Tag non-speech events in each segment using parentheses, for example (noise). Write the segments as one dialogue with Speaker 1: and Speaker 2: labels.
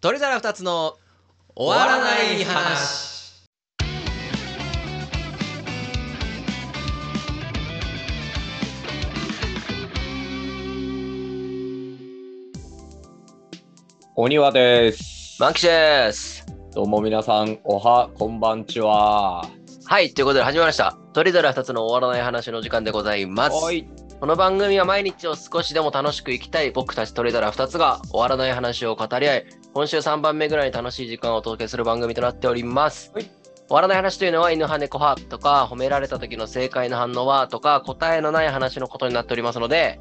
Speaker 1: 取り皿2つの終わらない話。
Speaker 2: お庭です。
Speaker 3: マンキシです。
Speaker 2: どうも皆さん、おは、こんばんちは。
Speaker 3: はい、ということで始まりました。トリドラ2つの終わらない話の時間でございます。
Speaker 2: おい。
Speaker 3: この番組は毎日を少しでも楽しく生きたい僕たちトリドラ2つが終わらない話を語り合い、今週3番目ぐらいに楽しい時間をお届けする番組となっております。
Speaker 2: はい
Speaker 3: 終わらない話というのは犬派猫派とか褒められた時の正解の反応はとか答えのない話のことになっておりますので、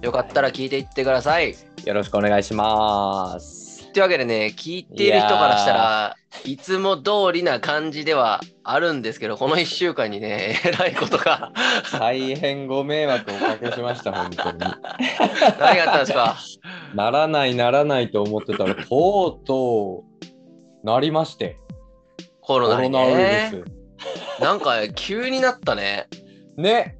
Speaker 3: よかったら聞いていってください。
Speaker 2: よろしくお願いします。
Speaker 3: というわけでね、聞いている人からしたらいつも通りな感じではあるんですけど、この1週間にね、 (laughs) えらいこと
Speaker 2: (laughs)
Speaker 3: が、
Speaker 2: 大変ご迷惑をおかけしました、本当
Speaker 3: 何
Speaker 2: に。
Speaker 3: があったんですか
Speaker 2: ならない、ならないと思ってたら、とうとう、なりまして、
Speaker 3: コ
Speaker 2: コ
Speaker 3: ロナ
Speaker 2: ロ
Speaker 3: に
Speaker 2: ナウイ
Speaker 3: ね。
Speaker 2: ル
Speaker 3: なんか急になったね。
Speaker 2: ス。ね。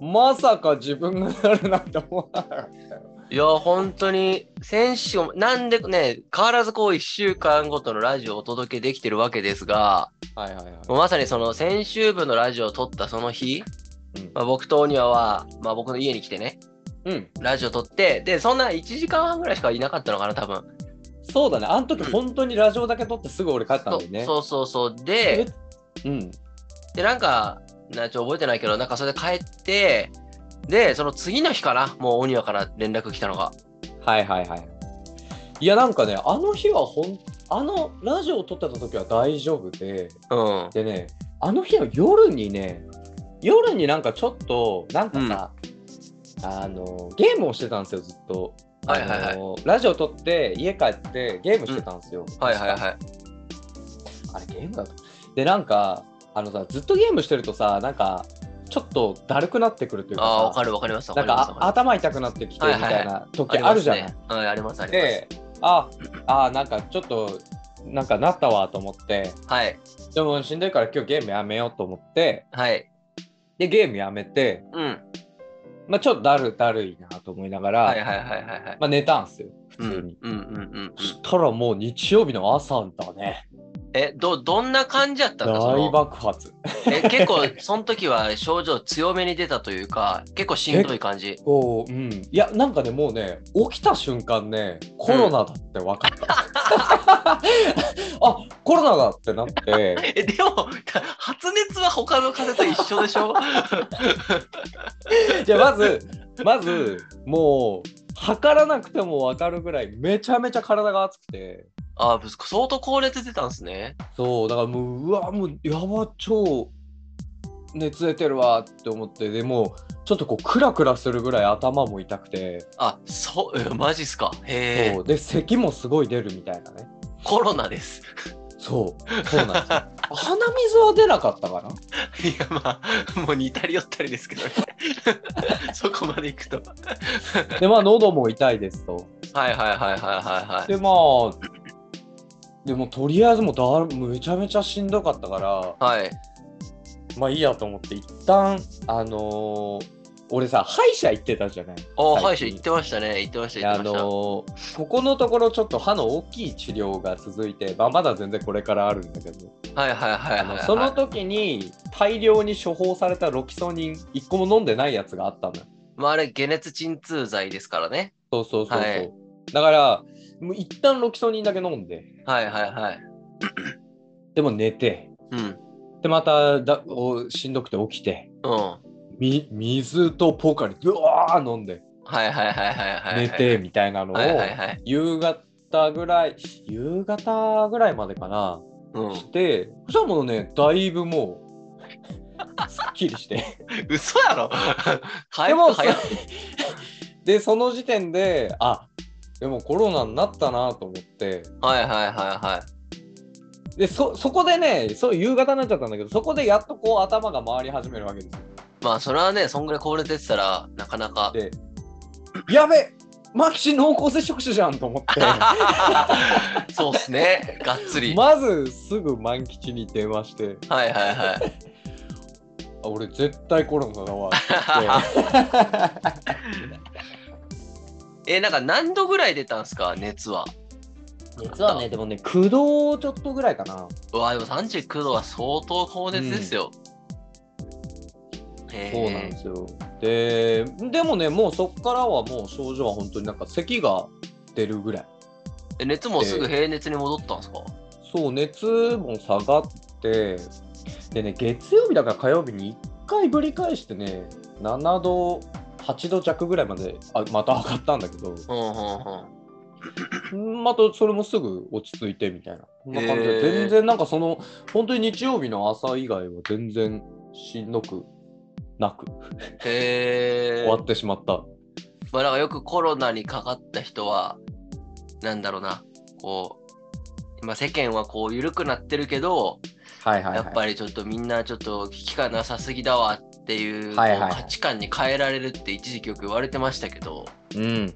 Speaker 2: まさか自分がなるなんて思わなかったよ。
Speaker 3: いや、本当に、先週、なんでね、変わらずこう1週間ごとのラジオをお届けできてるわけですが、
Speaker 2: はいはいはい。
Speaker 3: もうまさにその先週分のラジオを撮ったその日、
Speaker 2: うん
Speaker 3: まあ、僕とお庭は、まあ、僕の家に来てね、
Speaker 2: うん、
Speaker 3: ラジオ撮って、で、そんな1時間半ぐらいしかいなかったのかな、多分。
Speaker 2: そうだね。あの時、
Speaker 3: うん
Speaker 2: 本当にラジオだけ撮ってすぐ俺帰ったんだよね。
Speaker 3: そうそうそうそう。で、
Speaker 2: うん。
Speaker 3: で、なんか、なちょっと覚えてないけど、なんかそれで帰って、で、その次の日かな、もうお庭から連絡来たのが。
Speaker 2: はいはいはい。いやなんかね、あの日はほん、あのラジオを撮ってた時は大丈夫で、
Speaker 3: うん。
Speaker 2: でね、あの日の夜にね、夜になんかちょっと、なんかさ、あの、ゲームをしてたんですよ、ずっと。
Speaker 3: はいはいはい
Speaker 2: あのラジオ撮って、家帰ってゲームしてたんですよ。
Speaker 3: はいはいはい
Speaker 2: い。。あれ、ゲームだと。で、なんか、あのさ、ずっとゲームしてるとさ、なんか、ちょっとだるくなってくるというかさ、
Speaker 3: ああー、わかるわかります。わ
Speaker 2: な
Speaker 3: か
Speaker 2: ん
Speaker 3: り
Speaker 2: か
Speaker 3: ます。
Speaker 2: あ
Speaker 3: わか
Speaker 2: 頭痛くなってきてみたいな時
Speaker 3: ります
Speaker 2: あるじゃな
Speaker 3: あ
Speaker 2: い。
Speaker 3: りますねはい、ありますあります。
Speaker 2: で、あ、あ、なんかちょっと、なんかなったわと思って、
Speaker 3: はい、
Speaker 2: でもしんどいから今日ゲームやめようと思って、
Speaker 3: はい、
Speaker 2: で、ゲームやめて、
Speaker 3: うん。
Speaker 2: まあちょっとだるだるいなと思いながら、
Speaker 3: はいはいはいはいはい。
Speaker 2: まあ寝たんすよ、普
Speaker 3: うん、う
Speaker 2: 通
Speaker 3: ん
Speaker 2: に。
Speaker 3: うんうんうん。
Speaker 2: そしたらもう日曜日の朝だね。
Speaker 3: え、ど、どんな感じやったんですかそ
Speaker 2: 大
Speaker 3: の
Speaker 2: 爆発。
Speaker 3: え、結構、その時は症状強めに出たというか、結構しんどい感じ。
Speaker 2: こう、うん。いや、なんかね、もうね、起きた瞬間ね、コロナだって分かった。 (laughs) あ、コロナだってなって。
Speaker 3: え、でも、 (laughs) 発熱は他の風邪と一緒でしょ
Speaker 2: じゃあまずまずもう測らなくても分かるぐらいめちゃめちゃ体が熱くて
Speaker 3: ああ、相当高熱出たんですね。
Speaker 2: そうだからもううわもうやば超熱出てるわって思ってでもうちょっとこうクラクラするぐらい頭も痛くて、
Speaker 3: あ、そう、 (laughs) えマジっすか。へえ
Speaker 2: そ、うで咳もすごい出るみたいなね
Speaker 3: コロナです。 (laughs)
Speaker 2: そうそうなんですよ (laughs) 鼻水は出なかったかない
Speaker 3: や、まあ、 (laughs) もう似たり寄ったりですけどね。 (laughs) そこまで行くと。 (laughs)
Speaker 2: でまあ喉も痛いですと
Speaker 3: はいはいはいはいはいはい。
Speaker 2: でまあでもとりあえずもうだめちゃめちゃしんどかったから
Speaker 3: はい。
Speaker 2: まあいいやと思って一旦あのー俺さ歯医者行ってたじゃない
Speaker 3: お
Speaker 2: 最近
Speaker 3: 歯医者行ってましたね。行ってました、
Speaker 2: あ
Speaker 3: 行ってました。
Speaker 2: のーここのところちょっと歯の大きい治療が続いて、まあ、まだ全然これからあるんだけど
Speaker 3: はいはいはい
Speaker 2: あ
Speaker 3: はい、
Speaker 2: の
Speaker 3: はい。
Speaker 2: その時に大量に処方されたロキソニン1個も飲んでないやつがあったのよ
Speaker 3: まあ、あれ、解熱鎮痛剤ですからね。
Speaker 2: そうそうそうそう、
Speaker 3: はい
Speaker 2: だからもう一旦ロキソニンだけ飲んで
Speaker 3: はいはいはい。
Speaker 2: でも寝て
Speaker 3: うん。うん。
Speaker 2: でまただおしんどくて起きてみ水とポカリうわー飲んで
Speaker 3: はいはいはいはいはいはい。
Speaker 2: 寝てみたいなのを、
Speaker 3: はいはいはい。
Speaker 2: 夕方ぐらい夕方ぐらいまでかな
Speaker 3: うん。
Speaker 2: してそしたらもうねだいぶもうすっき
Speaker 3: (laughs)
Speaker 2: りして
Speaker 3: 嘘や
Speaker 2: (laughs)
Speaker 3: ろ回
Speaker 2: でも
Speaker 3: 復早
Speaker 2: そ
Speaker 3: い。
Speaker 2: (laughs) でその時点であでもコロナになったなと思って
Speaker 3: はいはいはいは
Speaker 2: でそそこでねそう夕方になっちゃったんだけどそこでやっとこう頭が回り始めるわけですよ
Speaker 3: い。まあ、それはね、そんぐらい高熱出てたら、なかなか。
Speaker 2: でやべマキシ濃厚接触者じゃんと思っ
Speaker 3: (laughs) そうっすね。がっつ
Speaker 2: て
Speaker 3: り。
Speaker 2: まずすぐ万吉に電話して
Speaker 3: はいはいはい。
Speaker 2: あ俺絶対コロナだわって言って
Speaker 3: え、なんか何度ぐらい出たんすか熱は。
Speaker 4: 熱はね、でもね、駆動ちょっとぐらいかな。
Speaker 3: うわ、でも39度は相当高熱ですよ。へ
Speaker 2: そうなんですよ。で、でもね、もうそこからはもう症状は本当になんか咳が出るぐらい。
Speaker 3: え熱もすぐ平熱に戻ったんですか、
Speaker 2: そう、熱も下がって、でね、月曜日だから火曜日に1回ぶり返してね、7度、8度弱ぐらいまであまた上がったんだけ (laughs) ど、
Speaker 3: うんうんうん。
Speaker 2: うんまたそれもすぐ落ち着いてみたいなそんな感じで、
Speaker 3: へー
Speaker 2: 全然なんかその、本当に日曜日の朝以外は全然しんどくなく
Speaker 3: へ
Speaker 2: 終わ
Speaker 3: ー。
Speaker 2: ってしまった。
Speaker 3: まあ、なんかよくコロナにかかった人は、なんだろうな、こう、まあ、世間はこう緩くなってるけど、
Speaker 2: はいはい、はい。
Speaker 3: やっぱりちょっとみんなちょっと危機感なさすぎだわっていう、
Speaker 2: はいはい
Speaker 3: こう価値観に変えられるって一時期よく言われてましたけど、
Speaker 2: うん。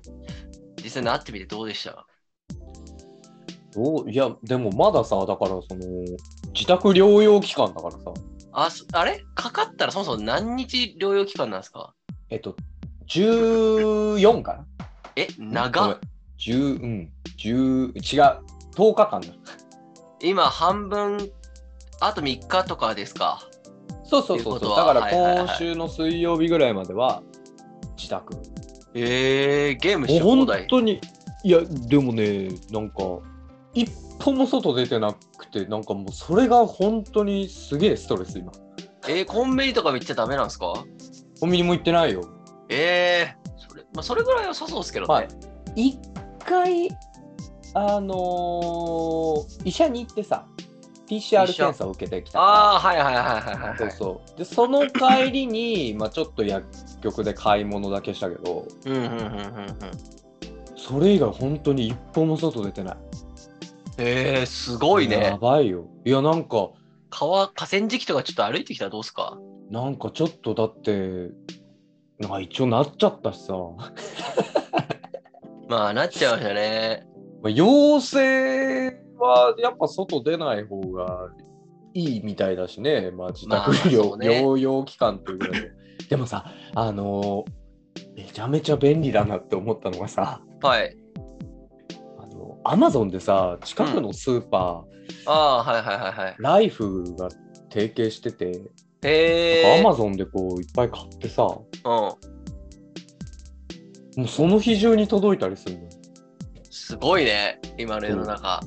Speaker 3: 実際に会ってみてどうでした
Speaker 2: どういや、でもまださ、だからその、自宅療養期間だからさ、
Speaker 3: あすあれかかったらそもそも何日療養期間なんですか
Speaker 2: えっと、14かな
Speaker 3: え、長っ
Speaker 2: 10、うん、10、違う、10日間だ。
Speaker 3: 今半分、あと3日とかですか
Speaker 2: そうそう
Speaker 3: っていう
Speaker 2: そう
Speaker 3: こと
Speaker 2: そう。
Speaker 3: は
Speaker 2: だか
Speaker 3: はいはいは
Speaker 2: ら
Speaker 3: い
Speaker 2: 今週の水曜日ぐらいまでは自宅。
Speaker 3: えー、ゲーム
Speaker 2: も
Speaker 3: し
Speaker 2: う
Speaker 3: 放
Speaker 2: 本
Speaker 3: 題。
Speaker 2: 当に、いや、でもね、なんか、一歩も外出てなくて、なんかもうそれが本当にすげえストレス今。
Speaker 3: えー、コンビニとかも行っちゃダメなんですか
Speaker 2: コンビニも行ってないよ。
Speaker 3: えー、それ,、まあ、それぐらいはさそうですけどね。
Speaker 2: はい一回、あのー医者に行ってさ、PCR
Speaker 3: 医者
Speaker 2: 検査を受けてきたから。
Speaker 3: ああ、はいはいはいはいはい、はい。
Speaker 2: そうそう。で、その帰りに、まあちょっと薬局で買い物だけしたけど、
Speaker 3: うんうんうんうんうん。
Speaker 2: それ以外本当に一歩も外出てない。
Speaker 3: えー、すごい
Speaker 2: や
Speaker 3: ね。
Speaker 2: ばいよ。いや、なんか、
Speaker 3: 川、河川敷とかちょっと歩いてきたらどうすか
Speaker 2: なんかちょっとだって、なんか一応なっちゃったしさ、 (laughs) ま
Speaker 3: まあ、なっちゃいましたね。
Speaker 2: あ陽性はやっぱ外出ない方がいいみたいだしね、まあ、自
Speaker 3: まあ
Speaker 2: 宅療,、
Speaker 3: そうね
Speaker 2: 療養期間っていうぐらいで。 (laughs) でもさ、あのーめちゃめちゃ便利だなって思ったのがさ、
Speaker 3: はい。
Speaker 2: あの、アマゾンでさ、近くのスーパー、
Speaker 3: ああー、はいはいはいはい。
Speaker 2: ライフが提携してて、
Speaker 3: え
Speaker 2: ア
Speaker 3: ー、
Speaker 2: マゾンでこういっぱい買ってさ、も
Speaker 3: うん。
Speaker 2: うその日中に届いたりするの。
Speaker 3: すごいね、今の世の中。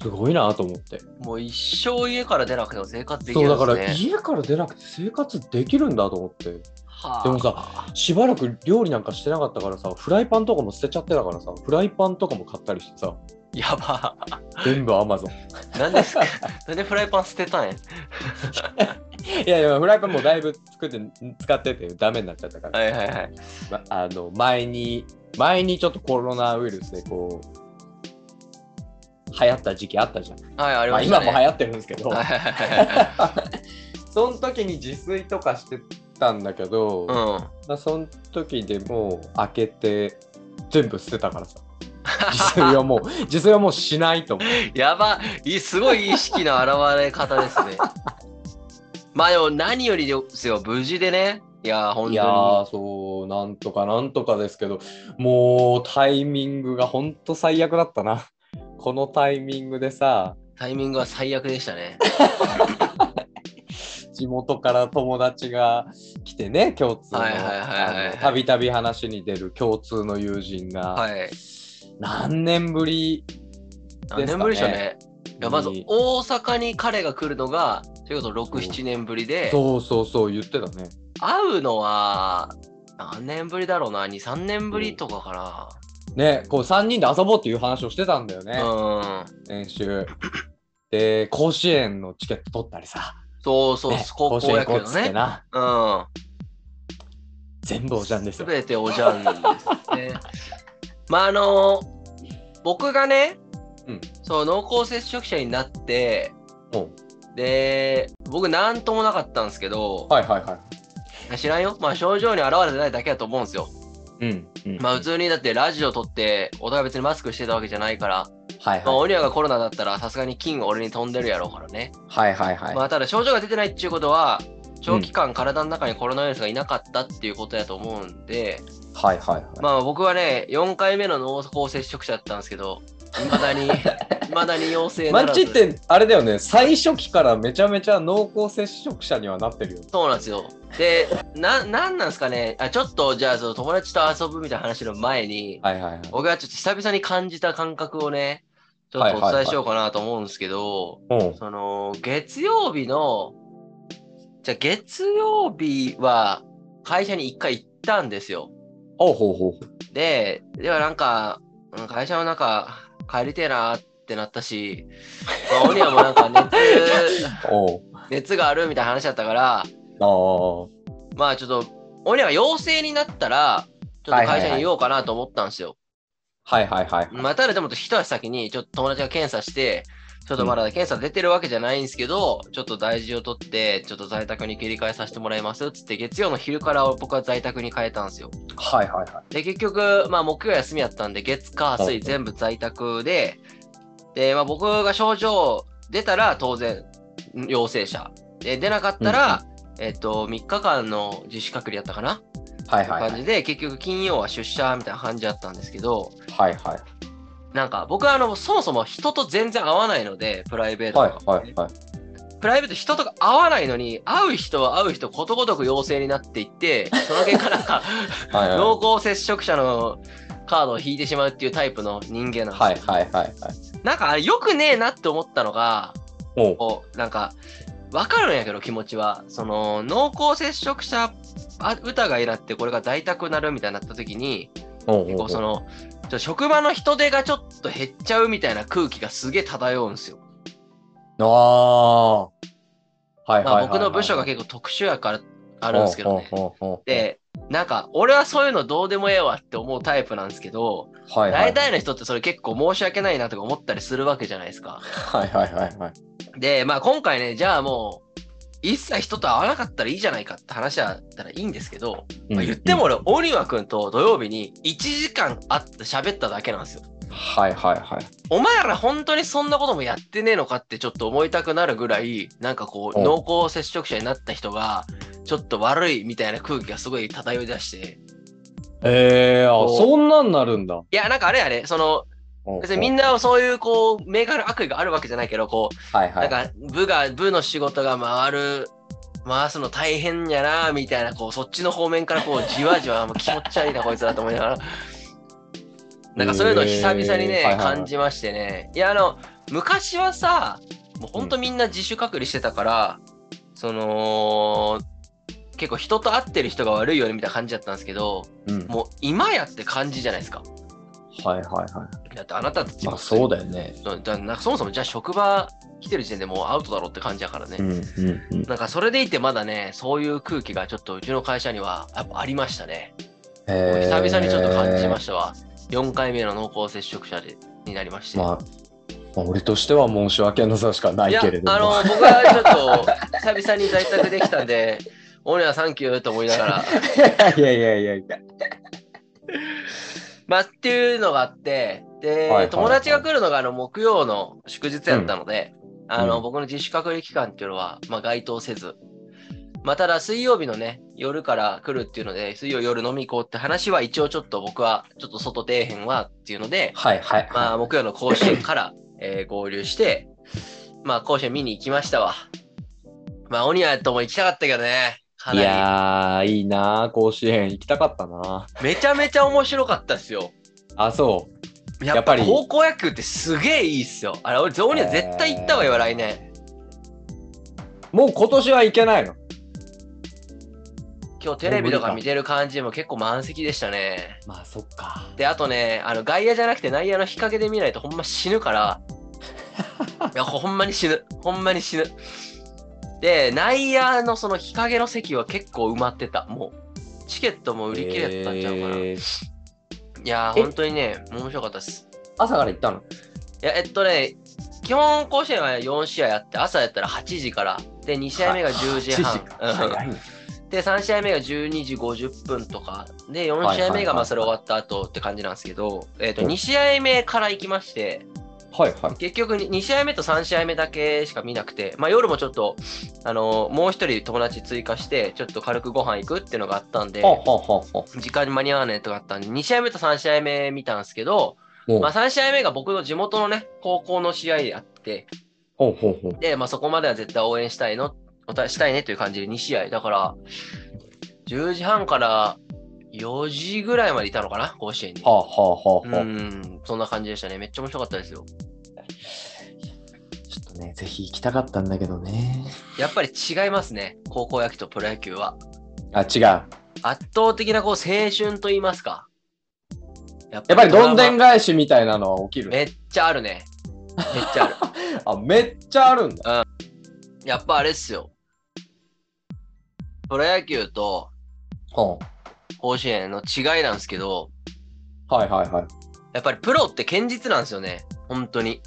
Speaker 2: すごいなと思って。
Speaker 3: もう一生家から出なくても生活でき
Speaker 2: そう
Speaker 3: るん
Speaker 2: だ
Speaker 3: ですね。
Speaker 2: から家から出なくて生活できるんだと思って
Speaker 3: はあ
Speaker 2: でもさしばらく料理なんかしてなかったからさフライパンとかも捨てちゃってたからさフライパンとかも買ったりしてさ
Speaker 3: やば。
Speaker 2: 全部アマゾン
Speaker 3: なんですか (laughs) なんでフライパン捨てたんや。
Speaker 2: (laughs) いやいやフライパンもだいぶ作って使っててダメになっちゃったから、
Speaker 3: はいはいはい。
Speaker 2: まあの前に前にちょっとコロナウイルスでこう流行った時期あったじゃん、
Speaker 3: はい、あり
Speaker 2: ま
Speaker 3: ま
Speaker 2: あ、
Speaker 3: した
Speaker 2: 今
Speaker 3: ね。
Speaker 2: も流行ってるんですけど、
Speaker 3: はいはいはいはい
Speaker 2: その時に自炊とかしてたんだけど、
Speaker 3: うん。
Speaker 2: まあ、その時でもう開けて全部捨てたか
Speaker 3: (laughs)
Speaker 2: らさ自炊はもう自炊はもうしないと思う
Speaker 3: やばい、すごい意識の現れ方ですね。まあでも何よりですよ、無事でね。いやー、本
Speaker 2: いや
Speaker 3: 当
Speaker 2: ーそうなんとかなんとかですけどもうタイミングがほんと最悪だったなこのタイミングでさ
Speaker 3: にタイミングは最悪でしたね。
Speaker 2: 地元から友達が来てね共通の
Speaker 3: はいはいはいはい
Speaker 2: あのたびたび話に出る共通の友人が、
Speaker 3: はい。
Speaker 2: 何年ぶり
Speaker 3: 何年ぶりでしょうね。いやまず
Speaker 2: に
Speaker 3: 大阪に彼が来るのが、それこそ6、7年ぶりで、
Speaker 2: そうそうそう言ってたね
Speaker 3: 会うのは何年ぶりだろうな、2、3年ぶりとかか
Speaker 2: ねこう3人で遊ぼうっていう話をしてたんだよね、
Speaker 3: な。うん。
Speaker 2: 練習。で、甲子園のチケット取ったりさ、
Speaker 3: そうそう
Speaker 2: ね、
Speaker 3: 高
Speaker 2: 甲子
Speaker 3: 校
Speaker 2: 園
Speaker 3: 野
Speaker 2: 行こ
Speaker 3: 球
Speaker 2: うっ
Speaker 3: の
Speaker 2: つって
Speaker 3: ね。
Speaker 2: な、
Speaker 3: うん。
Speaker 2: 全部おじゃんです
Speaker 3: す
Speaker 2: よ。
Speaker 3: べておじゃんですね。 (laughs) まああの僕がね、
Speaker 2: うん
Speaker 3: そう濃厚接触者になって
Speaker 2: も
Speaker 3: で僕何ともなかったんですけど、
Speaker 2: うはいはいは
Speaker 3: 知らんよ、まあ、症状に現れてないだけだと思うんですよ。
Speaker 2: い。うん。うん
Speaker 3: まあ普通にだってラジオ撮ってお互い別にマスクしてたわけじゃないから、
Speaker 2: はい
Speaker 3: まあ、
Speaker 2: はい。
Speaker 3: オニアがコロナだったらさすがに金が俺に飛んでるやろうからね。
Speaker 2: はいはいはい。
Speaker 3: まあただ症状が出てないっていうことは長期間体の中にコロナウイルスがいなかったっていうことだと思うんで、
Speaker 2: はいはいはい。
Speaker 3: まあ僕はね、4回目の濃厚接触者だったんですけど、いまだに、い (laughs) まだに陽性な
Speaker 2: マ
Speaker 3: ら
Speaker 2: ッ
Speaker 3: ず
Speaker 2: チって、あれだよね、最初期からめちゃめちゃ濃厚接触者にはなってるよね。
Speaker 3: そうなんですよ。で、な、なんなんですかね。あ、ちょっと、じゃあ、その友達と遊ぶみたいな話の前に、
Speaker 2: はいはいはい。
Speaker 3: 僕はちょっと久々に感じた感覚をね、ちょっとお伝えしようかなと思うんですけど、
Speaker 2: うん。
Speaker 3: その、月曜日の、じゃあ月曜日は会社に一回行ったんですよ。
Speaker 2: おうほうほうほう。
Speaker 3: で、ではなんか、うん会社の中、帰りてえなってなったし、まあ、オニアもなんか熱、
Speaker 2: おう。
Speaker 3: 熱があるみたいな話だったから、
Speaker 2: ああ。
Speaker 3: まあちょっと、オニアが陽性になったら、ちょっと会社に言おうかなと思ったんですよ。
Speaker 2: はいはいはい。
Speaker 3: まあただでも一足先に、ちょっと友達が検査して、ちょっとまだ検査出てるわけじゃないんですけど、ちょっと大事を取って、ちょっと在宅に切り替えさせてもらいますっつって、月曜の昼から僕は在宅に変えたんですよ。
Speaker 2: はいはいは
Speaker 3: で、結局、まあ、木曜休みやったんで、月、火、
Speaker 2: は
Speaker 3: 水、
Speaker 2: い
Speaker 3: 全部在宅で、で、まあ、僕が症状出たら、当然、陽性者。で、出なかったら、えっと、3日間の自主隔離やったかな、
Speaker 2: い。はいは
Speaker 3: 感
Speaker 2: いはい。
Speaker 3: じで、結局、金曜は出社みたいな感じだったんですけど、
Speaker 2: はいはい。
Speaker 3: なんか、僕は、あの、そもそも人と全然会わないので、プライベート
Speaker 2: は
Speaker 3: が、
Speaker 2: いはいはい。
Speaker 3: プライベート人とか会わないのに、会う人は会う人、ことごとく陽性になっていって、その結果、なん
Speaker 2: (laughs)
Speaker 3: か、
Speaker 2: はいはい
Speaker 3: 濃厚接触者のカードを引いてしまうっていうタイプの人間なんですよ
Speaker 2: はいはいはいはい。
Speaker 3: なんかあれよくねえなって思ったのが
Speaker 2: おう。
Speaker 3: こうなんかわかるんやけど気持ちはその濃厚接触者あ疑いだってこれが在宅になるみたいになった時に
Speaker 2: おう
Speaker 3: 結
Speaker 2: お
Speaker 3: 構
Speaker 2: う
Speaker 3: そのちょっと職場の人手がちょっと減っちゃうみたいな空気がすげえ漂うんですよ。
Speaker 2: おう。ああ。はいはい
Speaker 3: ま
Speaker 2: は
Speaker 3: あ
Speaker 2: い。
Speaker 3: 僕の部署が結構特殊やからあ
Speaker 2: あ
Speaker 3: るんですけどね。
Speaker 2: ね。
Speaker 3: でなんか俺はそういうのどうでもええわって思うタイプなんですけど
Speaker 2: はいはい。
Speaker 3: 大体の人ってそれ結構申し訳ないなとか思ったりするわけじゃないですか。
Speaker 2: はいはいはいはい。
Speaker 3: で、まあ今回ね、じゃあもう、一切人と会わなかったらいいじゃないかって話だったらいいんですけど、まあ言っても俺、オニワ君と土曜日に1時間会って喋っただけなんですよ。
Speaker 2: うん。はいはいはい。
Speaker 3: お前ら本当にそんなこともやってねえのかってちょっと思いたくなるぐらい、なんかこう、
Speaker 2: うん
Speaker 3: 濃厚接触者になった人が、ちょっと悪いみたいな空気がすごい漂い出して、
Speaker 2: ええ、あ、
Speaker 3: こう
Speaker 2: そんなんなるんだ。
Speaker 3: いや、なんかあれやね、その、別にみん
Speaker 2: な、
Speaker 3: なそういうこう、明確な悪意があるわけじゃないけど、こう、
Speaker 2: はいは
Speaker 3: なん
Speaker 2: い。
Speaker 3: か部が部の仕事が回る回すの大変やなみたいなこうそっちの方面からこうじわじわもう気持ち悪いなこいつらと思いながらなんかそういうのを久々にね、
Speaker 2: えーはいはいはい
Speaker 3: 感じましてねいやあの昔はさもうほんとみんな自主隔離してたから、その結構人と会ってる人が悪いよねみたいな感じだったんですけど
Speaker 2: うん
Speaker 3: もう今やって感じじゃないですか
Speaker 2: はいはいは
Speaker 3: だってあなたた
Speaker 2: い。
Speaker 3: ち
Speaker 2: まあ
Speaker 3: も
Speaker 2: そうだよね。
Speaker 3: だだなんかそもそもじゃあ職場来てる時点でもうアウトだろうって感じだからね、
Speaker 2: うんうんうん。
Speaker 3: なんかそれでいてまだね、そういう空気がちょっとうちの会社にはやっぱありましたね。
Speaker 2: え
Speaker 3: 久々にちょっと感じま
Speaker 2: し
Speaker 3: したわ。4回目の濃厚接触者でになりまして。
Speaker 2: まあ、まあ俺としては申し訳なさしかないい
Speaker 3: や、あ
Speaker 2: けれども。
Speaker 3: の、僕はちょっと久々に在宅できたんで、 (laughs) オーナーサンキューと思いなが
Speaker 2: (laughs)
Speaker 3: ら。
Speaker 2: いやいやいやいや。
Speaker 3: まあっていうのがあって、で、
Speaker 2: いはいはい
Speaker 3: 友達が来るのがあの木曜の祝日やったので、あの、
Speaker 2: うん
Speaker 3: 僕の自主隔離期間っていうのは、まあ該当せず、まあただ水曜日のね、夜から来るっていうので、水曜夜飲み行こうって話は一応ちょっと僕は、ちょっと外出えへんわっていうので、
Speaker 2: はいはい。
Speaker 3: まあ木曜の甲子園から、えー合流して、まあ甲子園見に行きましたわ。まあオニアとも行きたかったけどね、か
Speaker 2: い
Speaker 3: な
Speaker 2: やー、いいなー、甲子園行きたかったな。
Speaker 3: り。めちゃめちゃ面白かったですよ。
Speaker 2: あ、そう。
Speaker 3: や
Speaker 2: や
Speaker 3: っ
Speaker 2: っ
Speaker 3: ぱ
Speaker 2: ぱ
Speaker 3: り
Speaker 2: り
Speaker 3: 高校野球ってすげえいいっすよ。あれ、俺、ゾーニは絶対行った方がいいわ、来年。
Speaker 2: もう今年はいけないの。
Speaker 3: 今日テレビとか見てる感じも結構満席でしたね。
Speaker 2: まあそっか。
Speaker 3: で、あとね、あの外野じゃなくて内野の日陰で見ないとほんま死ぬ
Speaker 2: (laughs)
Speaker 3: から。いや、ほ (laughs) んまに死ぬ。ほんまに死ぬ。で、内野のその日陰の席は結構埋まってた。もう、チケットも売り切れたんちゃうかな。い
Speaker 2: えー
Speaker 3: やー、
Speaker 2: え
Speaker 3: 本当にね、面白かったです。
Speaker 4: 朝から行ったの
Speaker 3: いや、えっとね、基本甲子園は4試合あって、朝やったら8時から、で、2試合目が10時半。うん
Speaker 2: 早いね
Speaker 3: で、3試合目が12時50分とか、で、4
Speaker 2: はい
Speaker 3: 試合目がまあそれ終わった後って感じなんですけど、えっと、2試合目から行きまして、
Speaker 2: はいはい。
Speaker 3: 結局に2試合目と3試合目だけしか見なくて、まあ夜もちょっと、あの、もう一人友達追加して、ちょっと軽くご飯行くっていうのがあったんで
Speaker 2: は、ははは
Speaker 3: 時間に間に合わないとかあったんで、2試合目と3試合目見たんですけど、
Speaker 2: もう
Speaker 3: まあ、3試合目が僕の地元のね、高校の試合であって、
Speaker 2: ほうほうほう。
Speaker 3: で、まあ、そこまでは絶対応援したいの、おたしたいねという感じで2試合。だから、10時半から4時ぐらいまでいたのかな、甲子園に。
Speaker 2: はあ、はあは
Speaker 3: う
Speaker 2: あはあ
Speaker 3: ん、そんな感じでしたね。めっちゃ面白かったですよ。
Speaker 1: ちょっとね、ぜひ行きたかったんだけどね。
Speaker 3: やっぱり違いますね、高校野球とプロ野球は。
Speaker 2: あ、違う。や
Speaker 3: 圧倒的なこう青春と言いますか。やっ
Speaker 2: っぱりどんでん
Speaker 3: が。
Speaker 2: 返しみたいなのは起きる。
Speaker 3: めっちゃあるね。めっちゃある。 (laughs)
Speaker 2: あ、めっちゃあるんだ。
Speaker 3: やっぱあれっすよ。プロ野球と
Speaker 2: は
Speaker 3: 甲子園の違いなんですけど、
Speaker 2: あ、はいはいはい。
Speaker 3: やっぱりプロって堅実なんですよね、本当に。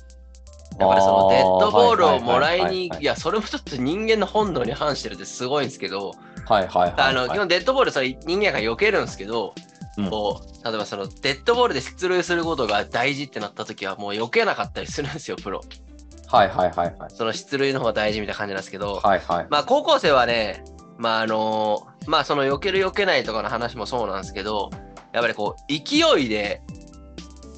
Speaker 3: やっぱりそのデッドボールをもらいに、い
Speaker 2: や、
Speaker 3: や、それもちょっと人間の本能に反してるってすごいんですけど、
Speaker 2: はいはいはいはい。
Speaker 3: あの、基本デッドボール、それ人間が避けるんですけど、
Speaker 2: うん
Speaker 3: こう、例えばそのデッドボールで出塁することが大事ってなった時は、もう避けなかったりするんですよ、プロ。
Speaker 2: はいはいはいはい。
Speaker 3: その出塁の方が大事みたいな感じなんですけど、
Speaker 2: はいはい。
Speaker 3: まあ高校生はね、まああのまあその避ける避けないとかの話もそうなんですけど、やっぱりこう勢いで、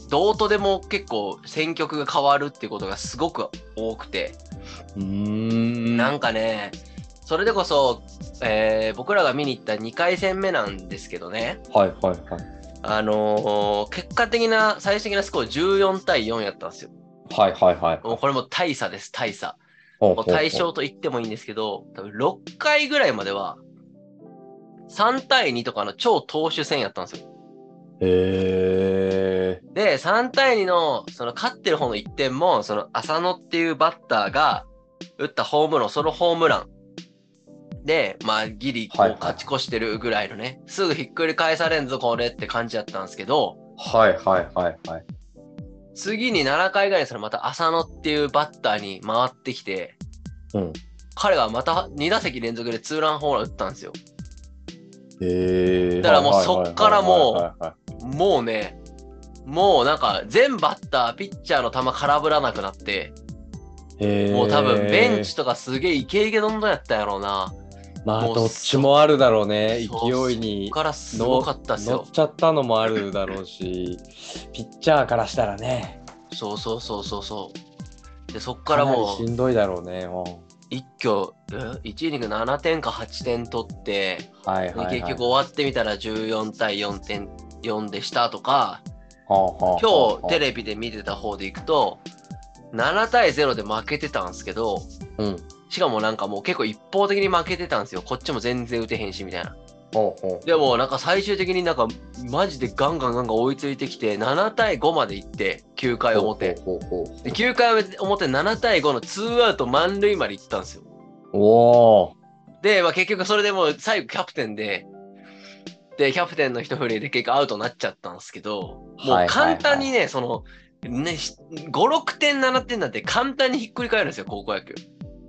Speaker 3: どうとでも結構選曲が変わるっていうことがすごく多くて、
Speaker 2: うーん。
Speaker 3: なんかね、それでこそ、えー僕らが見に行った2回戦目なんですけどね、
Speaker 2: はいはいはい。
Speaker 3: あのー結果的な、最終的なスコア14対4やったんですよ。
Speaker 2: はいはいはい。
Speaker 3: もうこれも大差です、大差。
Speaker 2: ほう
Speaker 3: も
Speaker 2: ほ
Speaker 3: う
Speaker 2: うほう
Speaker 3: 対象と言ってもいいんですけど、多分6回ぐらいまでは、3対2とかの超投手戦やったんですよ。
Speaker 2: へえ。
Speaker 3: で、3対2の、その勝ってる方の1点も、その浅野っていうバッターが打ったホームラン、そのホームランで、まあ、ギリこ
Speaker 2: はいうはい
Speaker 3: 勝ち越してるぐらいのね、すぐひっくり返されんぞ、これって感じだったんですけど、
Speaker 2: はいはいはいはい。
Speaker 3: 次に7回ぐらいにそのまた浅野っていうバッターに回ってきて、
Speaker 2: うん
Speaker 3: 彼がまた2打席連続でツーランホームラン打ったんですよ。
Speaker 2: へえ。
Speaker 3: だからもうそっからもう
Speaker 2: はいはいはいはいはい
Speaker 3: もうね、もうなんか全バッター、ピッチャーの球空振らなくなって、
Speaker 2: へー
Speaker 3: もう多分ベンチとかすげえイケイケどんどんやったんやろうな。
Speaker 2: まあ
Speaker 3: もう
Speaker 2: どっちもあるだろうね
Speaker 3: そう
Speaker 2: 勢い
Speaker 3: そ
Speaker 2: に
Speaker 3: っからすごかったっす
Speaker 2: 乗
Speaker 3: よ
Speaker 2: っ。ちゃったのもあるだろ
Speaker 3: (laughs)
Speaker 2: うしピッチャーからしたらね
Speaker 3: そうそうそうそうそう。で、そっか
Speaker 2: からなり
Speaker 3: も
Speaker 2: し
Speaker 3: うん
Speaker 2: どいだろうねも
Speaker 3: 一挙、1イニング7点か8点取って、
Speaker 2: うはい
Speaker 3: で
Speaker 2: はい、はい、
Speaker 3: 結局終わってみたら14対4点。4でしたとか今
Speaker 2: 今
Speaker 3: 日テレビで見てた方でいくと7対0で負けてたんですけど
Speaker 2: うん
Speaker 3: しかもなんかもう結構一方的に負けてたんですよ。こっちも全然打てへんしみたいな。
Speaker 2: ほうほう
Speaker 3: でもなんか最終的になんかマジでガンガンガンガン追いついてきて7対5までいって9回表。
Speaker 2: ほうほうほうほう
Speaker 3: で9回表7対5の2アウト満塁までいったんですよ。
Speaker 2: おお
Speaker 3: で、まあ、結局それでもう最後キャプテンで、で、キャプテンの一振りで結構アウトになっちゃったんですけど、も
Speaker 2: は
Speaker 3: う
Speaker 2: いはいは
Speaker 3: 簡
Speaker 2: い
Speaker 3: 単にね、その、ね、し5、6点、7点なんて簡単にひっくり返るんですよ、高校野球。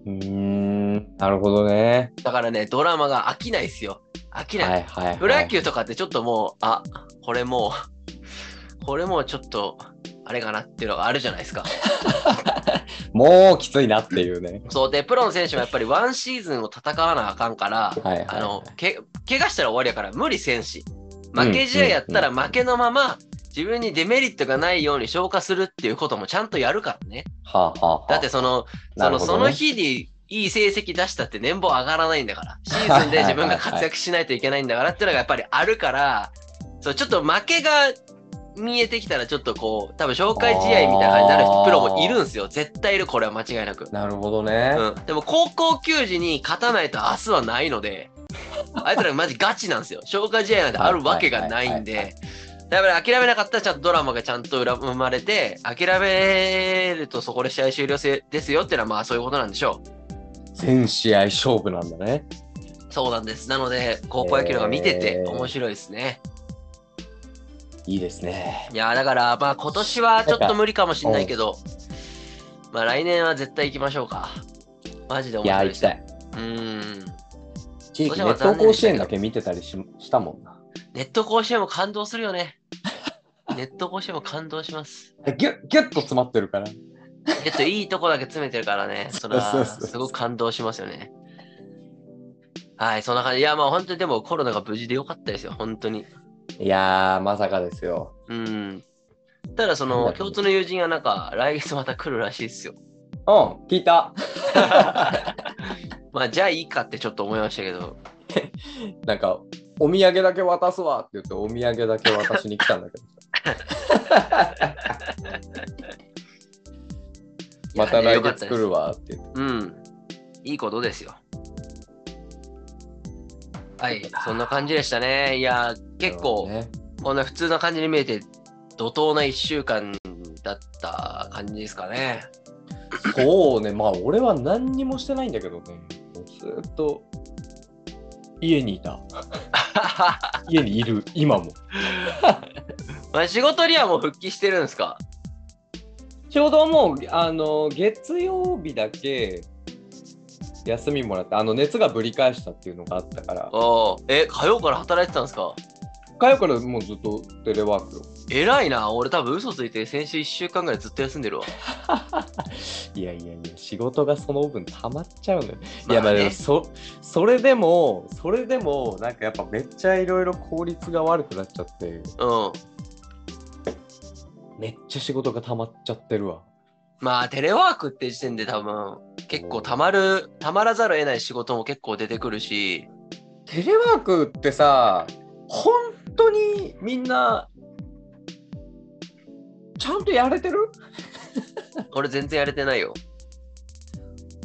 Speaker 2: うーんなるほどね
Speaker 3: だからね、ドラマが飽きないですよ。飽きない。
Speaker 2: はいはい、はい、
Speaker 3: プロ野球とかってちょっともう、あこれもう、これもうちょっと、あれかなっていうのがあるじゃないですか。
Speaker 2: もうきついなっていうね
Speaker 3: そうで、プロの選手はやっぱりワンシーズンを戦わなあかんから、
Speaker 2: はいはい、はい、
Speaker 3: あのけ怪我したら終わりやから無理せんし、負け試合やったら負けのまま、自分にデメリットがないように消化するっていうこともちゃんとやるからね。
Speaker 2: はあ、はあはあ、
Speaker 3: だってその、そ
Speaker 2: な
Speaker 3: の
Speaker 2: るほど
Speaker 3: そ
Speaker 2: ね
Speaker 3: の日にいい成績出したって年俸上がらないんだ
Speaker 2: (laughs)
Speaker 3: から、シーズンで自分が活躍しないといけないんだからっていうのがやっぱりあるから、そうちょっと負けが見えてきたらちょっとこう、多分紹介試合みたいな感じになる人
Speaker 2: あー
Speaker 3: プロもいるんですよ。絶対いる、これは間違いなく。
Speaker 2: なるほどね、
Speaker 3: うん、でも高校球児に勝たないと明日はないの
Speaker 2: (laughs)
Speaker 3: で、あいつらマジガチなんですよ。消化試合なんてあるわけがないん
Speaker 2: はいはい
Speaker 3: で、だから諦めなかったらちゃんとドラマがちゃんと裏生まれて、諦めるとそこで試合終了せですよってのはまあそういうことなんでしょう。
Speaker 2: 全試合勝負なんだね
Speaker 3: そうなんです。なので、高校野球の方が見てて
Speaker 2: へー
Speaker 3: 面白いですね。
Speaker 2: いいですね
Speaker 3: いやーだから、まあ今年はちょっと無理かもしんないけど、まあ来年は絶対行きましょうか。マジで
Speaker 2: い
Speaker 3: 面
Speaker 2: や
Speaker 3: 白い
Speaker 2: 行
Speaker 3: で
Speaker 2: き
Speaker 3: す。
Speaker 2: たい
Speaker 3: うん。
Speaker 2: 地域熱湯甲子園だけ見てたりししたもんな。
Speaker 3: ネット甲子園も感動するよね。 (laughs) ネット甲子園も感動します。
Speaker 2: ギュッギュッと詰まってるから。
Speaker 3: ネットいいとこだけ詰めてるからね。それ
Speaker 2: (laughs) そう
Speaker 3: は
Speaker 2: そうそう
Speaker 3: すごく感動しますよね。はい、そんな感じ。いや、まあ本当にでもコロナが無事でよかったですよ、本当に。
Speaker 2: いやー、まさかですよ。
Speaker 3: うん。ただそ
Speaker 2: なんだ
Speaker 3: の
Speaker 2: ろう
Speaker 3: 共通の友人がなんか来月また来るらしいですよ。
Speaker 2: うん、聞いた。
Speaker 3: まあじゃあいいかってちょっと思いましたけど、
Speaker 2: なんか、お土産だけ渡すわって言って、お土産だけ渡しに来たんだけど。また
Speaker 3: いや
Speaker 2: 来
Speaker 3: よかっ
Speaker 2: 月
Speaker 3: た
Speaker 2: 来
Speaker 3: です。
Speaker 2: るわって言って。
Speaker 3: うん。いいことですよ。はい、そんな感じでしたね。いや、結構、
Speaker 2: ね
Speaker 3: こんな普通な感じに見えて、怒涛な1週間だった感じですかね。 (laughs)
Speaker 2: そうね、まあ俺は何にもしてないんだけどね。ずっと家にい (laughs) た。家にいる、今も。
Speaker 3: まあ仕事にはもう復帰してるんですか
Speaker 2: ちょうどもう、あの、月曜日だけ休みもらって、あの、熱がぶり返したっていうのがあったから、
Speaker 3: おーえ、火曜から働いてたんですか
Speaker 2: 火曜からもうずっとテレワークよ。
Speaker 3: 偉いな。俺多分嘘ついて先週1週間ぐらいずっと休んでるわ。
Speaker 2: いやいやいや、仕事がその分溜まっちゃうのよ。い
Speaker 3: ま
Speaker 2: や
Speaker 3: あ
Speaker 2: まあでも
Speaker 3: ね、
Speaker 2: そそれでもそれでもなんかやっぱめっちゃいろいろ効率が悪くなっちゃって
Speaker 3: うん。
Speaker 2: めっちゃ仕事が溜まっちゃってるわ
Speaker 3: まあテレワークって時点で多分結構たまる、たまらざるを得ない仕事も結構出てくるし、
Speaker 2: テレワークってさ本当にみんなちゃんとやれてる
Speaker 3: 俺全然やれてないよ。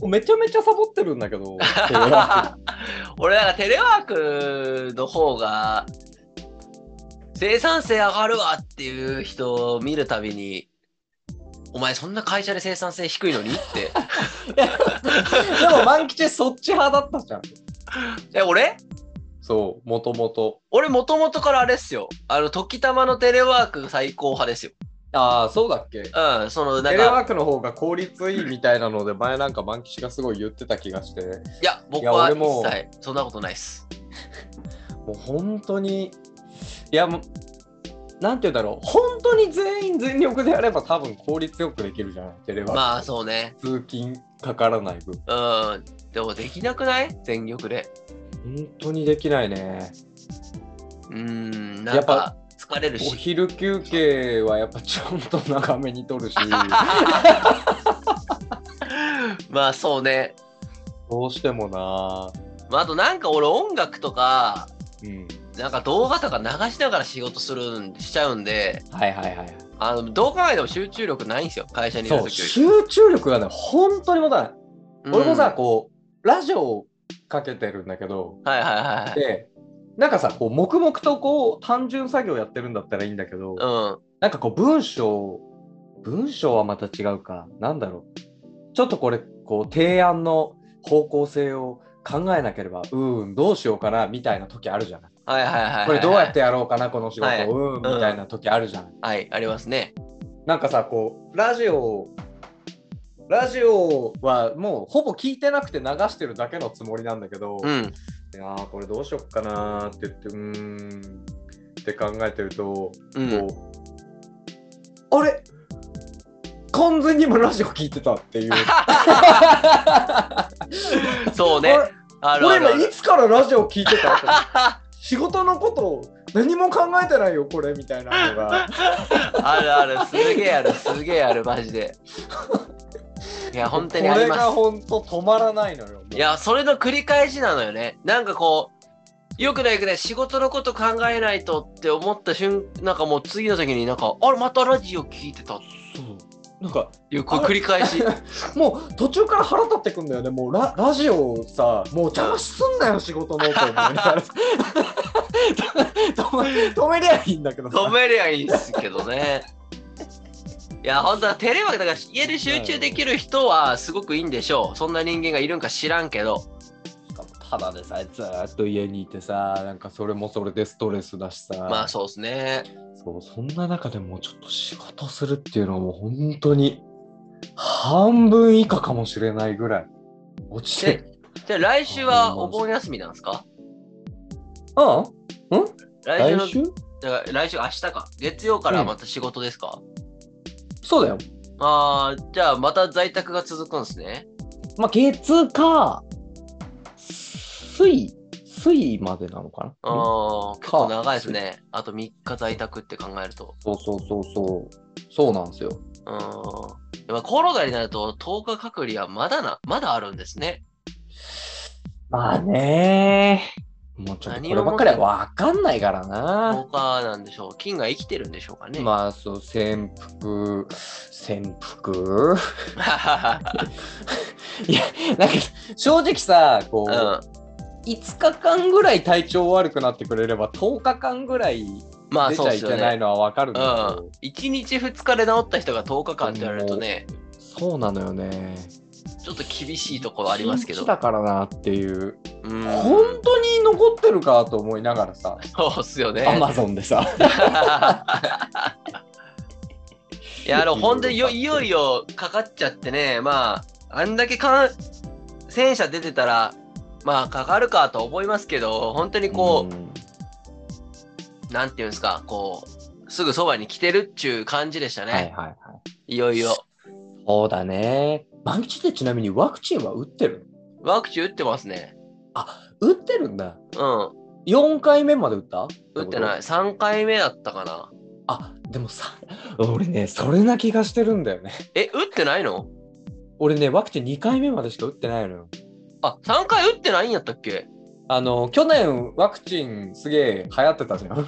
Speaker 2: めちゃめちゃサボってるんだけ (laughs) どテレワー
Speaker 3: 俺なんかテレワークの方が生産性上がるわっていう人を見るたびにお前そんな会社で生産性低いのにって (laughs)
Speaker 2: クでも万吉そっち派だったじゃん
Speaker 3: え俺
Speaker 2: そうもともと
Speaker 3: 俺もともとからあれっすよあの時たまのテレワーク最高派ですよ
Speaker 2: ああそうだっけ
Speaker 3: うんそのな
Speaker 2: テ
Speaker 3: ん
Speaker 2: レワ
Speaker 3: か
Speaker 2: ークの方が効率いいみたいなので前なんか万吉がすごい言ってた気がして
Speaker 3: いや僕
Speaker 2: いや
Speaker 3: は
Speaker 2: 俺
Speaker 3: 一
Speaker 2: も
Speaker 3: 切そんなことないっす
Speaker 2: もう本当にいやもうなんて言うんだろう本当に全員全力でやれば多分効率よくできるじゃないテレワーク、
Speaker 3: まあそうね
Speaker 2: 通勤かからない分
Speaker 3: うんでもできなくない全力で
Speaker 2: 本当にできないね
Speaker 3: うんな
Speaker 2: や
Speaker 3: ん
Speaker 2: っぱ
Speaker 3: か疲れる
Speaker 2: お
Speaker 3: し
Speaker 2: 昼休憩はやっぱちゃんと長めに取 (laughs) るし
Speaker 3: まあそうね
Speaker 2: どうしてもな
Speaker 3: まあ、あとなんか俺音楽とか、
Speaker 2: うん
Speaker 3: なんか動画とか流しながら仕事するんしちゃうんで、
Speaker 2: はいはいはい
Speaker 3: あのどう考えても集中力ないんですよ、会社にいる
Speaker 2: そう
Speaker 3: 時より
Speaker 2: 集中力がね本当に持たない、
Speaker 3: うん
Speaker 2: 俺もさこうラジオをかけてるんだけど
Speaker 3: はいはいはいはい。
Speaker 2: でなんかさこう黙々とこう単純作業やってるんだったらいいんだけど、
Speaker 3: うん。
Speaker 2: なんかこう文章、文章はまた違うか。なんだろう。ちょっとこれ、こう提案の方向性を考えなければ、うーん、どうしようかな、みたいな時あるじゃない。
Speaker 3: はいはいはいはい。
Speaker 2: これどうやってやろうかな、この仕事、
Speaker 3: はいう
Speaker 2: ーん、みたいな時あるじゃない。
Speaker 3: はい、ありますね。
Speaker 2: なんかさ、こう、ラジオ、ラジオはもうほぼ聞いてなくて流してるだけのつもりなんだけど、
Speaker 3: うん。
Speaker 2: いやーこれどうしよっかなーって言って、うーん、って考えてると、
Speaker 3: うん。
Speaker 2: こう、あれ完全に今ラジオ聞いてたって
Speaker 3: (laughs)
Speaker 2: いう。
Speaker 3: そう
Speaker 2: あ
Speaker 3: ね
Speaker 2: れ。
Speaker 3: あるあ
Speaker 2: 俺
Speaker 3: るあ
Speaker 2: 今い
Speaker 3: る。
Speaker 2: つからラジオ聞いてたと思って仕事のことを何も考えてないよこれみたいなのが
Speaker 3: あるある。すげえある。すげえある。マジで。いや、本当にあり
Speaker 2: これ
Speaker 3: ます
Speaker 2: が。本当止まらないのよ。もう
Speaker 3: いや、それの繰り返しなのよね。なんかこう、よくないよくない、仕事のこと考えないとって思った瞬、なんかもう次の時になんか、あれ、またラジオ聞いてたっ
Speaker 2: そうなんか
Speaker 3: ていう、こう繰り返 (laughs) し。
Speaker 2: もう途中から腹立ってくんだよねもうララジオをさもう邪魔すんなよ仕事のと思いながら
Speaker 3: (laughs)
Speaker 2: 止め止めりゃいいんだけどさ
Speaker 3: 止めりゃいいんですけどね。いや、本当はテレワークだから家で集中できる人はすごくいいんでしょう。そんな人間がいるんか知らんけど。
Speaker 2: ただでさえずーっと家にいてさなんかそれもそれでストレスだしさ、
Speaker 3: まあそうですね。 (laughs)
Speaker 2: そうそんな中でもうちょっと仕事するっていうのはもう本当に半分以下かもしれないぐらい落ちてる
Speaker 3: じゃあ来週はお盆休みなんですか
Speaker 2: ああ
Speaker 3: 来週の
Speaker 2: 来週
Speaker 3: だから来週明日か。月曜からまた仕事ですか、
Speaker 2: そうだよ
Speaker 3: ああ、じゃあまた在宅が続くんですね。
Speaker 2: まあ月か水水までなのかな
Speaker 3: ああ、結構長いですね。あと3日在宅って考えると。
Speaker 2: そうそうそうそうそうなんですよ。
Speaker 3: うん。まあ、コオロガになると10日隔離はまだな、まだあるんですね。
Speaker 2: まあねもうちょっとこればっかりはわかんないからな
Speaker 3: 10。日なんでしょう。菌が生きてるんでしょうかね。
Speaker 2: まあそう、潜伏、潜伏。いや、 (laughs) なんか正直さ、こ
Speaker 3: (laughs)
Speaker 2: う、
Speaker 3: うん。
Speaker 2: 5日間ぐらい体調悪くなってくれれば10日間ぐらい
Speaker 3: まあ、
Speaker 2: 出ち
Speaker 3: そう
Speaker 2: ゃ
Speaker 3: で
Speaker 2: い
Speaker 3: すよ
Speaker 2: けな
Speaker 3: ね
Speaker 2: い。のはわかるん
Speaker 3: う
Speaker 2: だ
Speaker 3: ん
Speaker 2: けど、。
Speaker 3: 1日2日で治った人が10日間って言われるとね、
Speaker 2: そうなのよね。
Speaker 3: ちょっと厳しいとこはありますけ
Speaker 2: 一
Speaker 3: ど
Speaker 2: 日。だからなっていう、
Speaker 3: うん。
Speaker 2: 本当に残ってるかと思いながらさ、
Speaker 3: そうっすよね。
Speaker 2: アマゾンでさ、
Speaker 3: (laughs) いや、あの、本当によいよいよかかっちゃってね、まあ、あんだけ感染者出てたら、まあ、かかるかと思いますけど、本当にこ
Speaker 2: うん
Speaker 3: う、なんていうんですか、こう、すぐそばに来てるっちゅう感じでしたね、
Speaker 2: はいは
Speaker 3: い、
Speaker 2: いはい。
Speaker 3: よいよ。
Speaker 2: そうだね。万吉ってちなみにワクチンは打ってる
Speaker 3: ワクチン打ってますね。
Speaker 2: 打ってるんだ。
Speaker 3: うん、
Speaker 2: 4回目まで打った
Speaker 3: 打ってない
Speaker 2: い。。
Speaker 3: 3回目だったかな。
Speaker 2: あ、でもさ、俺ね、それな気がしてるんだよね。
Speaker 3: え、打ってないの
Speaker 2: 俺ね、ワクチン2回目までしか打ってないのよ。
Speaker 3: あ、3回打ってないんやったっけ
Speaker 2: あの、去年ワクチンすげえ流行ってたじゃん。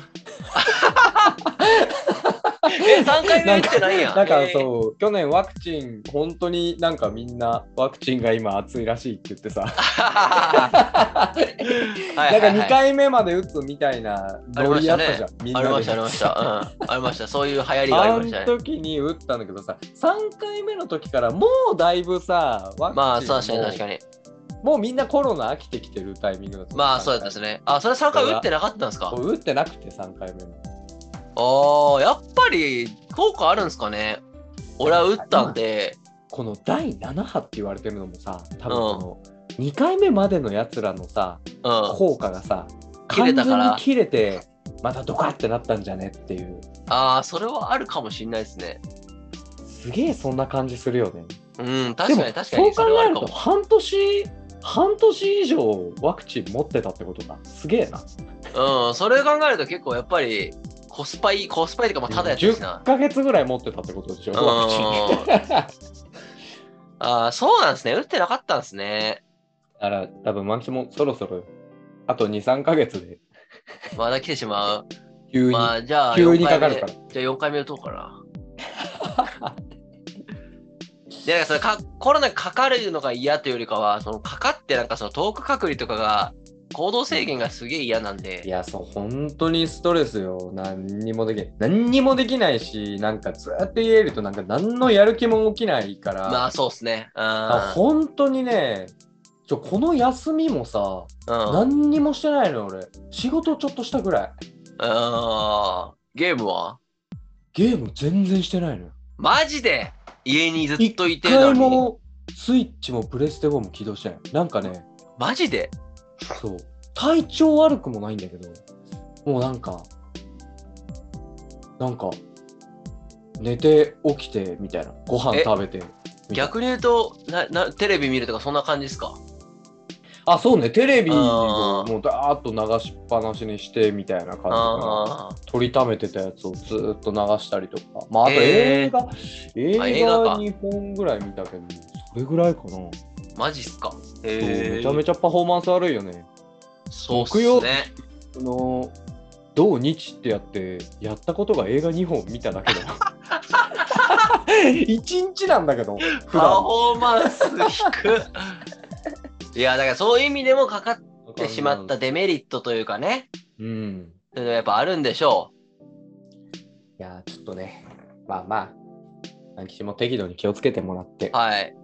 Speaker 3: え、3回目打ってないんや。
Speaker 2: だから
Speaker 3: (laughs) う。
Speaker 2: そう、去年ワクチン、本当になんかみんなワクチンが今熱いらしいって言ってさ、
Speaker 3: はい
Speaker 2: な
Speaker 3: は
Speaker 2: んか
Speaker 3: いはい
Speaker 2: 2回目まで打つみたいな同意あったじゃん。みんな
Speaker 3: あ
Speaker 2: で
Speaker 3: りました、ありました。うん。ありました。そういう流行りがあ
Speaker 2: あ
Speaker 3: りました
Speaker 2: の
Speaker 3: ね。
Speaker 2: 時に打ったんだけどさ3回目の時からもうだいぶさワクチンも
Speaker 3: まあ、確かに確かに。
Speaker 2: もうみんなコロナ飽きてきてるタイミングだった
Speaker 3: まあ、そうだったですね。あ、それ3回打ってなかったんですか
Speaker 2: 打ってなくて3回目も
Speaker 3: ああ、やっぱり効果あるんですかね俺は打ったんで、
Speaker 2: この第7波って言われてるのもさ多分この2回目までのやつらのさ
Speaker 3: うん。あ
Speaker 2: 効果がさ
Speaker 3: 切れたから
Speaker 2: 完全に切れてまたドカってなったんじゃねっていう
Speaker 3: あー、それはあるかもしんないですね。
Speaker 2: すげえそんな感じするよね
Speaker 3: うん、
Speaker 2: で
Speaker 3: 確
Speaker 2: も
Speaker 3: かに確か
Speaker 2: そう
Speaker 3: にそれは
Speaker 2: 考
Speaker 3: あ
Speaker 2: え
Speaker 3: る
Speaker 2: る
Speaker 3: か
Speaker 2: と
Speaker 3: も。
Speaker 2: 半年半年以上ワクチン持ってたってことだすげえな
Speaker 3: うん、それ考えると結構やっぱりコスパいい、コスパいいとかもただやったし
Speaker 2: 10
Speaker 3: な。
Speaker 2: ヶ月ぐらい持ってたってことでしょ、
Speaker 3: うん。
Speaker 2: ワクチン
Speaker 3: ああ、そうなんですね。打ってなかったんですね。
Speaker 2: (laughs) あら、多分マンチもそろそろ、あと2、3ヶ月で、
Speaker 3: まだ来てしまう。
Speaker 2: 急に、
Speaker 3: まあ、じゃあ、
Speaker 2: 急に
Speaker 3: 4回
Speaker 2: か
Speaker 3: 目
Speaker 2: かるから。
Speaker 3: じゃあ4回目打とうかな。いやそれかコロナかかるのが嫌というよりかはそのかかってなんかその遠く隔離とかが行動制限がすげえ嫌なん
Speaker 2: (laughs) い
Speaker 3: で、
Speaker 2: や、そう、本当にストレスよ。何にもできない。何にもできないし、なんかずっと家いると、なんか何のやる気も起きないから、
Speaker 3: まあそうっすね。うん。
Speaker 2: あ本当にね、ちょこの休みもさ、
Speaker 3: うんうん
Speaker 2: 何にもしてないのよ俺。仕事ちょっとしたぐらい。
Speaker 3: ゲームは
Speaker 2: ゲーム全然してないのよ。
Speaker 3: マジで家にずっとい
Speaker 2: 一
Speaker 3: てるの
Speaker 2: 回
Speaker 3: に。
Speaker 2: もスイッチもプレステ4も起動してない。なんかね、
Speaker 3: マジで
Speaker 2: そう。体調悪くもないんだけど、もうなんか、なんか、寝て起きてみたいな。ご飯
Speaker 3: え
Speaker 2: 食べて。みたいな
Speaker 3: 逆に言うとななテレビ見るとかそんな感じですか
Speaker 2: あ、そうね。テレビを
Speaker 3: あー
Speaker 2: もうダーッと流しっぱなしにしてみたいな感じか
Speaker 3: あ
Speaker 2: な。取りためてたやつをずーっと流したりとか。まあ、あと
Speaker 3: え
Speaker 2: 映画、
Speaker 3: あ
Speaker 2: 映
Speaker 3: 映画
Speaker 2: 画
Speaker 3: か
Speaker 2: 2本ぐらい見たけど、それぐらいかな。そう
Speaker 3: ーマジっすか
Speaker 2: め
Speaker 3: へ
Speaker 2: ちゃめちゃパフォーマンス悪いよね。
Speaker 3: ゃそうっ
Speaker 2: 木
Speaker 3: す
Speaker 2: 曜
Speaker 3: ね。
Speaker 2: その同日ってやってやったことが映画2本見ただけだ (laughs) 一日なんだけど普
Speaker 3: パ
Speaker 2: 段
Speaker 3: フォーマンス
Speaker 2: (laughs)
Speaker 3: 低くいやだからそういう意味でもかかってしまったデメリットというかね
Speaker 2: うん
Speaker 3: そういうのがやっぱあるんでしょ
Speaker 2: いやーちょっとねまあまあ岸も適度に気をつけてもらって
Speaker 3: うはい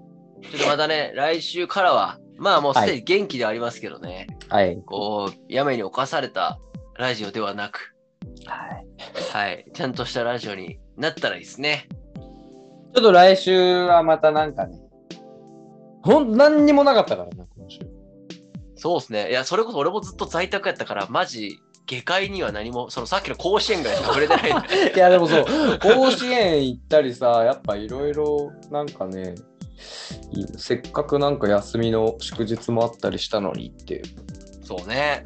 Speaker 3: ちょっとまたね来週からはまあもうすでに元気ではありますけどね、
Speaker 2: はい
Speaker 3: こう病に侵されたラジオではなく
Speaker 2: はい
Speaker 3: はいちゃんとしたラジオになったらいいですね
Speaker 2: ちょっと来週はまたなんかねほん何にもなかったからな今週
Speaker 3: そうですねいやそれこそ俺もずっと在宅やったからマジ下界には何もそのさっきの甲子園ぐらいしか触れてないんで (laughs)
Speaker 2: いやでもそう甲子園行ったりさやっぱいろいろなんかねいせっかくなんか休みの祝日もあったりしたのにっていう
Speaker 3: そうね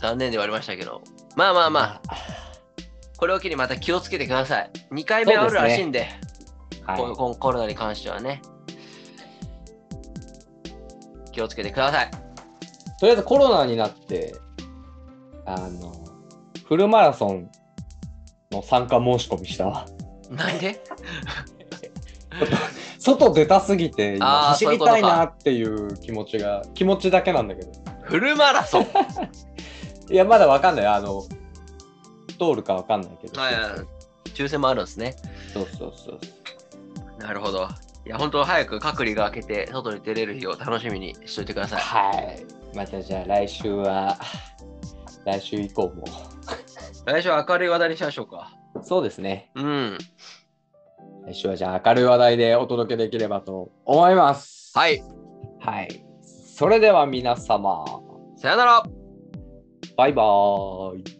Speaker 3: 残念ではありましたけどまあまあまあこれを機にまた気をつけてください。2回目あるらしいんで、
Speaker 2: はい
Speaker 3: ここコロナに関してはね。気をつけてください。
Speaker 2: とりあえずコロナになって、あの、フルマラソンの参加申し込みしたわ。 (laughs)
Speaker 3: なんで
Speaker 2: 外出たすぎて、今
Speaker 3: あー
Speaker 2: 走りたい
Speaker 3: そういう
Speaker 2: なっていう気持ちが、気持ちだけなんだけど。
Speaker 3: フルマラソン。
Speaker 2: いや、まだわかんない。あの、通るかわかんないけど。
Speaker 3: はいはい抽選もあるんですね。
Speaker 2: そうそうそう。
Speaker 3: なるほど。いや、本当早く隔離が明けて、外に出れる日を楽しみにしといてください。
Speaker 2: はい。またじゃあ来週は、 (laughs) 来週以降も。
Speaker 3: 来週は明るい話題にしましょうか。
Speaker 2: そうですね。
Speaker 3: うん。
Speaker 2: 来週はじゃあ明るい話題でお届けできればと思います。
Speaker 3: はい。
Speaker 2: はい。それでは皆様、
Speaker 3: さよなら
Speaker 2: バイバーイ。